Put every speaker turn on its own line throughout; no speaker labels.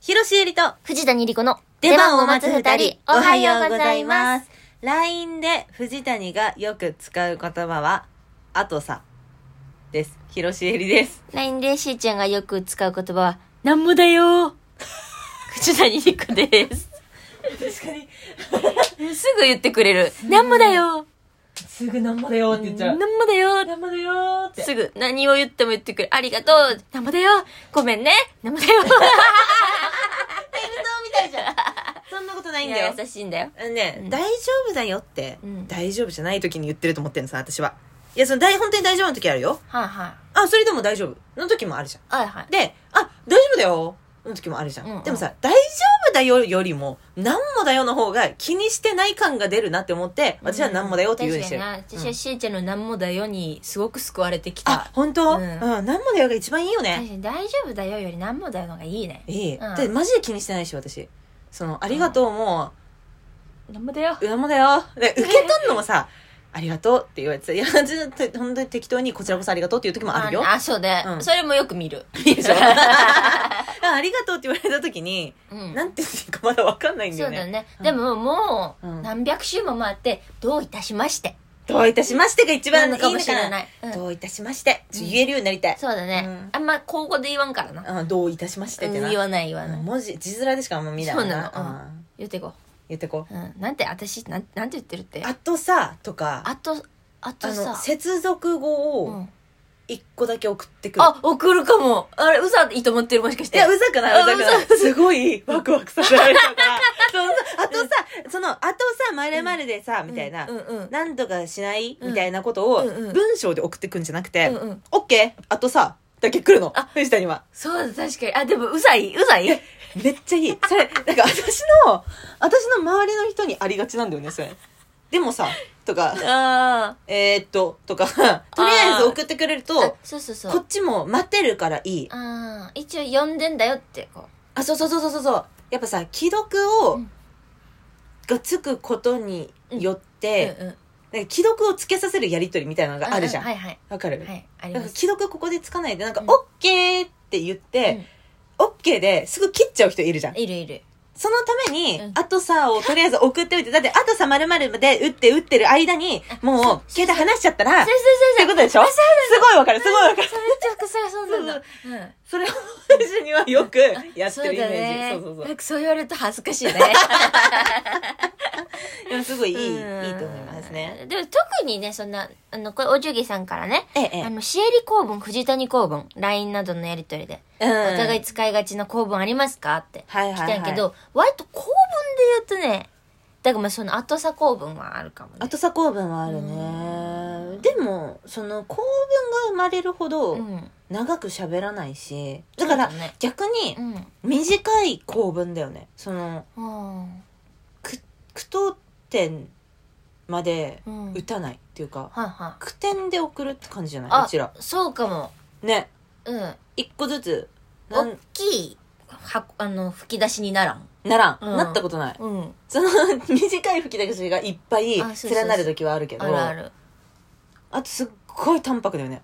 ひろしえりと
藤谷莉子の
出番を待つ二人、おはようございます。。LINE で藤谷がよく使う言葉は、あとさ、です。ひろしえりです。
LINE でしーちゃんがよく使う言葉は、なんもだよー藤谷莉子です。
確かに、
すぐ言ってくれる。なんもだよ
すぐなんぼだよって言っ
ー
ちゃ
な
う。
んもだよー
なんぼだよーって。
すぐ何を言っても言ってくれる。ありがとうなんもだよーごめんねなんもだよ
みたいじゃん。そんなことな
ー
いんだよ
いや。優しいんだよ。
あのね、
うん
大丈夫だよって、
うん
大丈夫じゃない時に言ってると思ってんのさ、私は。いや、その大、本当に大丈夫の時あるよ。
はいは
あ、それでも大丈夫の時もあるじゃん。
い。はいはい。
で、あ、大丈夫だよの時もあるじゃん。
うんうん
でもさ、大丈夫だよよりも、なんもだよの方が気にしてない感が出るなって思って、私はなんもだよって言うようにしてる。
確かにな私
う
は
ん
しーちゃんのなんもだよにすごく救われてき
あ
た。、
本当う、
うんん
なんもだよが一番いいよ
確
ね。
かに大丈夫だよよりなんもだよの方がいいね。
いい。
うん
で、マジで気にしてないし、私。その、ありがとうも、
なんもだよ。
なんもだよ。で、受け取るのもさ、ありがとうって言われてさ、いや、ちょっと本当に適当にこちらこそありがとうっていう時もあるよ。
あ、そうね
う。ん
それもよく見る。
いい でしょありがとうって言われた時に、
うん
なんて言っていいかまだわかんないんだ
そ
よ
う
ね。
だね。
うん
でももう
うん、
何百週も回って、どういたしまして。
どういたしましてが一番いいの
なのか
か
もしれ
な
ない。うん
どういたしまして。ちょっと言えるようになりたい。
そうだね。
う
あんま、口語で言わんからな。
うんどういたしまして
う
っ
ん
てな。
言わない言わ
う
なんい。
文字、字面でしかあんま見ないもん
そうなの
うん
言ってこ
言ってこ
う。うん。なんて、私、なんなんて言ってるって
う。。あとさ、とか、
あと、あと
あの、
さ。
接続語
う
を
ん
一個だけ送ってくる。
あ、送るかも。あれ、うざいいと思ってるもしかし
い
て。
や、うざくない、う
あ
ざくな
う
い。すごい、ワクワクさせられた から。そうそうあとさ、その、あとさ、まるまるでさ、みたいな
う、んうん。
なんとかしない
うん
みたいなことを、
うんうん
文章で送ってくんじゃなくて
うんうん、
オッケーあとさ、だけ来るの
あ。
藤田には。
そうだ、確かに。あ、でも、うざい、うざい。
めっちゃいい。それ、なんか私の、私の周りの人にありがちなんだよね、それ。でもさ、とか、
あ
えー、っと、とか、とりあえず送ってくれる
ーあ
と、。
そうそうそ
こ
う
っ。ちも待ってるからいい。
あー一応呼んでんだよって、こ
あ、そうそうそうそうそう。やっぱさ、既読を、
うん
がつくことによっ
う。
て、
うんうん
なんか既読をつけさせるやりとりみたいなのがあるじゃん。
う
わ、
はいはい。
かる、
はい、あり
なん
ま
か
す。
既読ここでつかないで、なんか、
うん
オッケーって言って、オッケーですぐ切っちゃう人いるじゃん。
いるいる。
そのために、
うん
あとさをとりあえず送っておいて、だって、あとさまるまるで打って打ってる間に、もう、携帯離しちゃったら、っ
そう
て
そうそうそう。
ことでしょすごいわかる、すごいわかる。
それめっちゃ複雑そうなんだ。うん。
それを、私にはよくやって
そう
るイ
だ
メー
ね
ジ。そうそう。
なんかそう言われると恥ずかしいね。
そう。でも、すごいいい、
うん
いいと思いますね。。
でも特にね、そんな、あの、これ、おじゅぎさんからね、
ええ、
あの、シエリ公文、藤谷公文、LINE などのやりとりで、
ええ。
お互い
うん、
使いがちな公文ありますかって
はいはい
来
は
た
い。
んやけど、、割と公文で言うとね、だからまあその後さ公文はあるかもね。
後さ構文はあるね。でも、その、構文が生まれるほど
う、ん。
長く喋らないし、だから
そう、ね、
逆に
う、ん。
短い構文だよね。その、
うん
句読点まで
うん。
打たないっていうか、
はいは
句点で送るって感じじゃない
あ
うちら
い。そうかも。
ね
うん。
一個ずつな
大
ん
きいはあの吹き出しにならん、
ならん、
うん
なったことない
うん、
その短い吹き出しがいっぱい
あそうそうそう
連なる時はあるけど
あるある
あとすっごい淡白だよね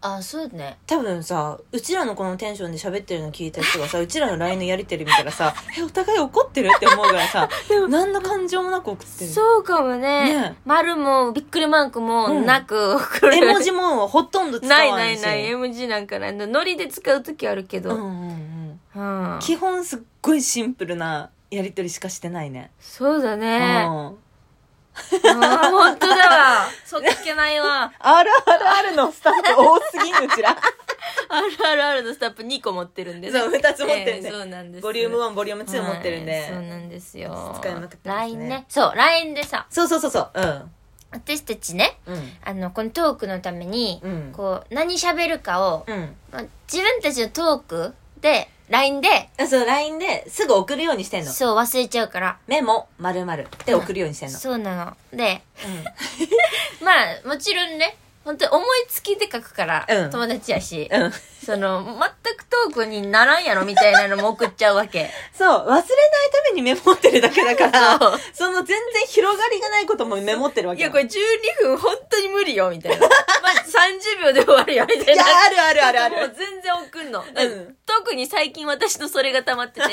あそうね
多分さうちらのこのテンションで喋ってるの聞いた人 がさうちらの LINE のやりてる見たらさ「えお互い怒ってる?」って思うぐらいさ何の感情もなく送ってる
そうかもね
ね
丸もびっくりマークも
うん
なく、これ
絵文字もほとんど使わ
ない
な
ないい
し
ない絵文字なんかないノリで使う時あるけ
うん
ど、
うんうん
うん
基本すっごいシンプルなやりとりしかしてないね
そうだね、
うん
あ本当だわ そっけない わ
RRR のスタッフ多すぎんうち ら
RRR のスタッフ2個持ってるんでね
そう2つ持ってるん
ええ
で、
そうなんです
ボリューム
は
1ボリューム2持ってるんで、
いそうなんですよ
使いまくってますね
LINE ねそう LINE でさ
そうそうそうそううん
私たちね
うん
あのこのトークのために、
うん
こう何喋るかを、
うん
まあ自分たちのトークで LINE で
あそう LINE ですぐ送るようにしてんの
そう忘れちゃうから
メモ〇〇で送るようにしてんの、
そうなので
うん
まあもちろんね本当に思いつきで書くから、
うん
友達やし、
うん。
その、全くトークにならんやろみたいなのも送っちゃうわ け。
そう、忘れないためにメモってるだけだから、
そう
その全然広がりがないこともメモってるわ
い
け
や、
よ
これ12分本当に無理よ、みたいな。まあ、30秒で終わるよ、みたい
いや、
な。
あるあるあるあ
もう
る。
全然送んの、
ん
特に最近私のそれが溜まって て。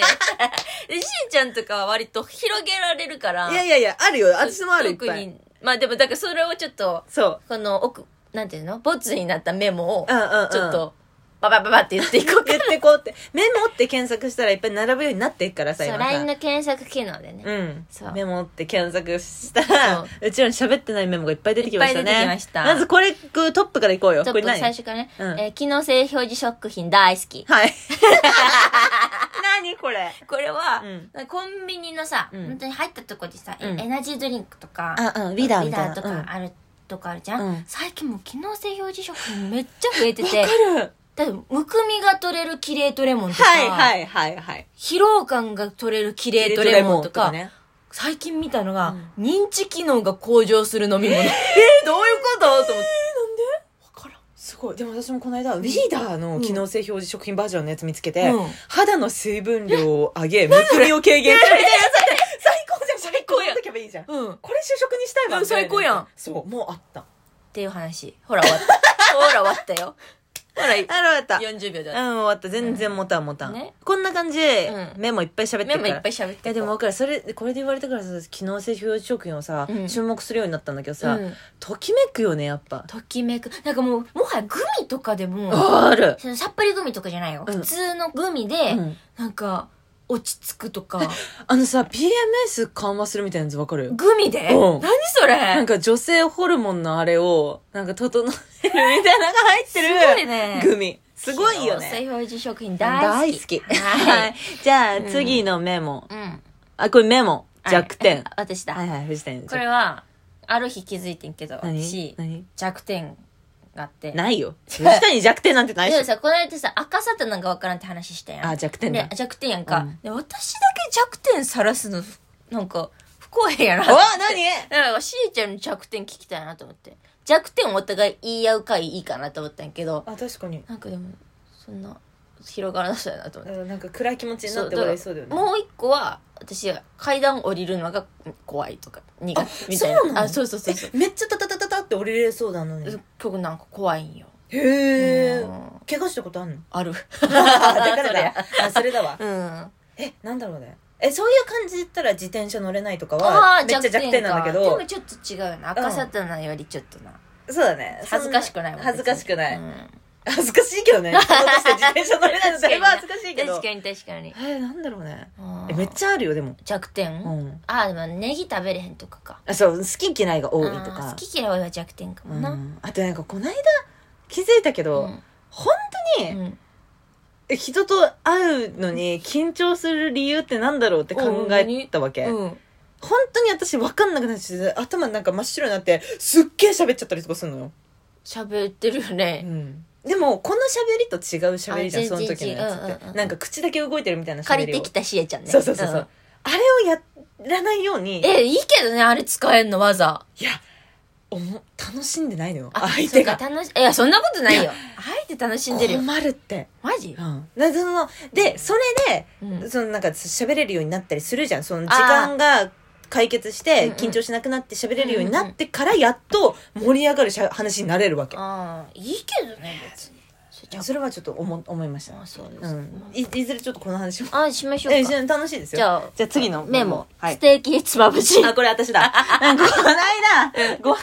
で、しんちゃんとかは割と広げられるから。
いやいやいや、あるよ。私もあるいっ
特
ぱい。
に。まあでも、だからそれをちょっと、
そう。
この奥、なんていうのボツになったメモを
う、んうんうん。
ちょっ。と、ババババって言っていこう か
言ってこうって。メモって検索したらいっぱい並ぶようになっていくからさ、
そう、
今さ
LINE の検索機能でね。
うん
そう
メモって検索したら
そう
うちらに喋ってないメモがいっぱい出てきましたね
いっぱい出てきました
まずこれこうトップからいこうよ
ちょっ
これ
と
何
最初からね、
うん
えー機能性表示食品大好き。
はい何これ
これは、コンビニのさ、
うん
本当に入ったとこでさ、
うん
エナジードリンクとか、
あうんウィダーみたいな
ウィと
うん
かある、とかあるじゃん、
うん
最近もう機能性表示食品めっちゃ増えてて、
わかる
だってむくみが取れるキレートレモンとか、
はいはいはいはい
疲労感が取れるキレートレモンとか、
ね
最近見たのが、認知機能が向上する飲み 物。えーどういうことと思って。わからん。
すごいでも私もこの間ウィーダーの機能性表示食品バージョンのやつ見つけて、
うん
肌の水分量を上げむくみを軽減するみたいなやつで最高じゃん最高やっとけばいいじゃんこ
うん。
れ
っ
就職にしたいわ
うん最高やん
そうもうあった
ていう話。ほら終わった。ほら終わったよ。ほら、
あらあった
40秒で終わった
うん、終わった。全然持たん持たん。
ね
こんな感じで、
うん
メモいっぱい喋って
メ
るか
モ
ら。
いっぱい
い
喋って
や、でも分かる。それ、これで言われたからさ、機能性表示食品をさ、
うん
注目するようになったんだけどさ、
うん
ときめくよね、やっぱ。
ときめくなんかもうもはやグミとかでも
ある。
そのさっぱりグミとかじゃないよ、
うん
普通のグミで、
うん
なんか落ち着くとか
あのさ、PMS 緩和するみたいなやつ分かるよ。
グミで、
うん
何それ
なんか女性ホルモンのあれを、なんか整えるみたいなのが入ってる。
すごいね
グミ。すごいよ
機能
ね。
性表示食品大好
大
き
好き
は
はい い。じゃあ、
ん
次のメモ。
うん
あ、これメモ。弱点。
はい私だ、
はいはい、藤谷。
これはある日気づいてんけど
何
私
何
弱点があって
ない よ。確かに弱点なんてない
で
で
も
しょ。
さこの間さ赤さとなんかわからんって話したやん
あ、弱点だ
で。弱点やんか、
うん
で私だけ弱点さらすのなんか不公平やな
お
って
何
だからしーちゃんの弱点聞きたいなと思って弱点をお互い言い合うかいいかなと思ったんやけど
あ、確かに。
なんかでもそんな広がらなそうやなと思って、
なんか暗い気持ちにな
そ
っ
う
て終わりそうだよね。
もう一個は私階段降りるのが怖いとか苦手みたいな
そうなの
あそうそうそうそう
めっちゃタタタタタって折れれそうだのに。
曲なんか怖いんよ
へえ
う。ん
怪我した ことあんの
ある
あだ からだ。あ、それだわ。
うん
え、なんだろうね。え、そういう感じで言ったら自転車乗れないとか
あ
は、
ー
めっちゃ弱点なんだけ
弱
ど
点かでも、ちょっと違うよな赤さとなよりちょっとな、
そうだね。
恥ずかしくない
も
も
ん。
ん
恥ずかしくな
う
い。
ん
恥ずかしいけど ね。人として自転車乗れないのだいぶ恥ずかしいけど。
確かに確かに
え、なんだろうね。え、
うん
めっちゃあるよ、でも。
弱点、
うん。
あでもネギ食べれへんとかか
あ、そう、好き嫌いが多いと
あー
か
好。き嫌いは弱点かも
う、
なん
あとなんかこの間気づいたけど、
うん
本当
う
に
ん
え人と会うのに緊張する理由ってなんだろうって考えたわけ、
うん
本当に私分かんなくなっちゃって頭なんか真っ白になってすっげえ喋っちゃったりとかするのよ、
喋ってるよ
う
ね
ん、でもこの喋りと違う喋りじゃん
あ
その時のやつって、
全然違ううんうんうん
なんか口だけ動いてるみたいな喋
借
り
り
を
てきたしえちゃんね
そうそうそうそう、
ん
あれをやらないように
えいいけどねあれ使えんのわざ
いやおも楽しんでないのよ相手
そう
が
か楽しいやそんなことないよ相手楽しんでるよ
困るって、
マジ
うん、でそのでそれで
うん
そのなんか喋れるようになったりするじゃん。その
あー
時間が解決し
うん
て
うん
緊張しなくなって喋れるようになってからやっと盛り上がるしゃ話になれるわけ。
あーいいけどね別にそれ弱
それはちょっと思思いました
点。あそうです、
うん。いいずれちょっとこの話も。
あしましょ
え
うか
じゃあ楽しいですよ。
じゃあ
じゃあ次の
メモ、
はい
ス。テーキひつまぶし
あ、これ私 だ。なんかこの間、ご飯屋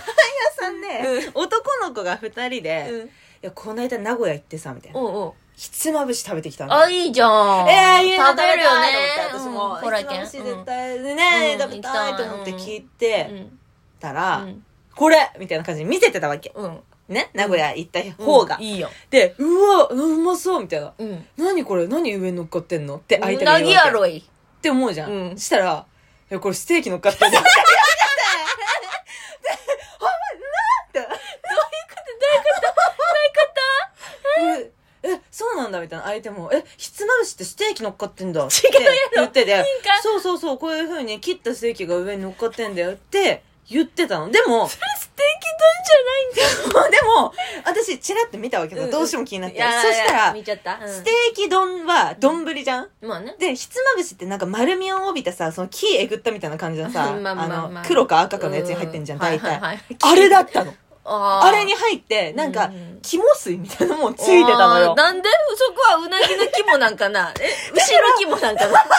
さんで、男の子が二人
う
で、
ん
いや、この間名古屋行ってさ、みたいな。
おうおう
ひつまぶし食べてきたの。
あ、いいじゃん。
ええいいな
食べるよね。
食べたいと思って私も、
ほら、けん。
ひつまぶし絶対ね、
うん
食べたいと思って聞いて、
うん。
たら、
うん
これみたいな感じで見せてたわけ。
うん。
ね名古屋行った方が。
いいよ。
で、うわ、うまそうみたいな。
うん。
何これ何上乗っかってんのって相
う
手が
な
言
ぎ
うわけ
やろい。
って思うじゃん。
うん
したら、いや、これステーキ乗っかってんじゃん。え、えそうなんだみたいな相手も、え、ひつまぶしってステーキ乗っかってんだって言ってて、そうそうそう、こういう風に切ったステーキが上に乗っかってんだよって言ってたの。でも、
素敵なんじゃない んだ
でも、私、チラッと見たわけだ。どうしても気になって。そしたら、
見ちゃった、うん
ステーキ丼は丼じゃん、
まあね
で、ひつまぶしってなんか丸みを帯びたさ、その木えぐったみたいな感じのさ、
まあまあまあまあ
の、黒か赤かのやつに入ってんじゃん、
う
大体。
はいはいはい
あれだったの。
あー
あれに入って、なん
う
か
んうん、
肝水みたいなのもついてたの
あー
よ。
なんでそこはうなぎの肝なんかなえ、牛の肝なん かな
って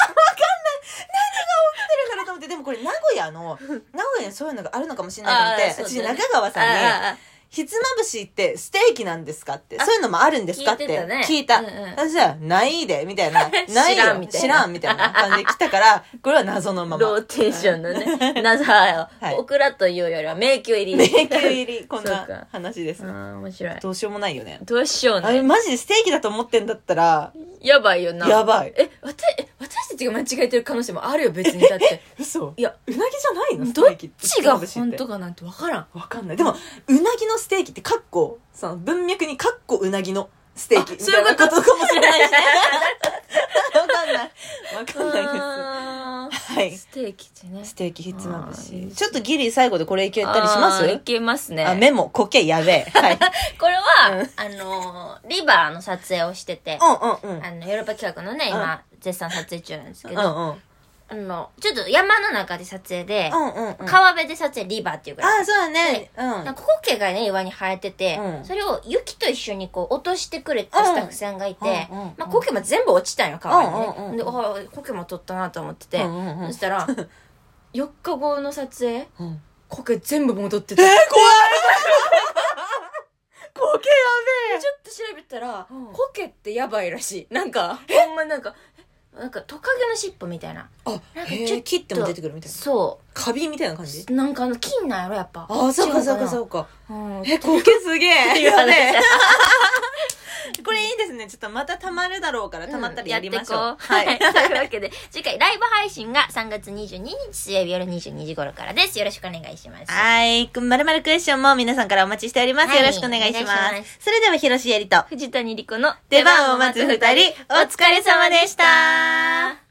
るからと思って、でもこれ名古屋の、名古屋にそういうのがあるのかもしれないと思って、
あーそう
私
だね
中川さんに、
あ
ひつまぶしってステーキなんですかって、
あ
そういうのもあるんですかって
聞いてたね
聞いた。
うんうん
私は、ないで、みたいな。ない
知ら
よ
んみ、たいな
知らん、みたいな感じで来たから、これは謎の
ー
ま
ロ
ま
ー。テーションのね。なさ、
はい
オクラというよりは迷 宮入り。
迷宮入り、こん
そうか
な話です
あ。ー面白い。
どうしようもないよね。
どうしよう
あれ、
ね。
マジでステーキだと思ってんだったら、
やばいよな。
やばい。
え、わたえ私たちが間違えてる可能性もあるよ、別に。だって。
嘘
いや、
うなぎじゃないのステ
どっ
ーキって
ち
ひ
が
つまぶしっ
本
て
当かなんてわからん。
わかんない。でも、うなぎのステーキって、かっこ、その文脈にかっこうなぎのステーキみ
あそう
た
い
いう
こ
な
と
ことかもしれ ないしね。わかんない。わかんない
あ
です。
ー
はい。
ステーキってね。
ステーキひつまぶ
あーいい
し。
です
ちょっとギリ最後でこれいけたりします
あーいけますね。
あ、メモ、こけ、やべえ。はい。
これは、
う
あのーリバーの撮影をしてて、
うんうんうん。
あの、ヨーロッパ企画のね、今、絶賛撮影中なんですけど、
うんうん。
あの、ちょっと山の中で撮影で、
うんうんうん。あ、
川辺で撮影リバーっていうぐらい。
そうだね。う
なん
ん。
かコケがね、岩に生えてて、
うん
それを雪と一緒にこう落としてくれたスタッフさんがいて、
うんうんうん
まあコケも全部落ちたんよ、川にね。
うんうんうん
で、ああ、コケも取ったなと思って
う
て、
んうんうん
そしたら、4日後の撮影、
うん
コケ全部戻って
え
た。
ー、
で
怖いこけ、や
ちょっと調べたら、
うん
コケってやばいらしい。なんか、ほんまなんか、えなんかトカゲの尻尾みたいな。
べえ。
なん
あ、
か
へ
ちょっ
ー
と
切っても出てくるみたいな。
そ
カビみたいな感じ
う。なんかあの、金なんやろ、やっぱ。。
あー、そうかそうかそううか。
うん。
え、こけすげえ。
いう話
やべえ これいいですね。ちょっとまた溜まるだろうから、溜まったらやりましょう。
んやってこう
は。
はいい。
はい
というわけで、次回ライブ配信が3月22日水曜日夜22時頃からです。よろしくお願いします。
はい。まるまるクエスチョンも皆さんからお待ちしております。
はい
よろしくお願いし
お
ま。
願いします
それでは、ひろしえりと、
藤谷莉子の
出番を待つ二人、お疲れ様でした。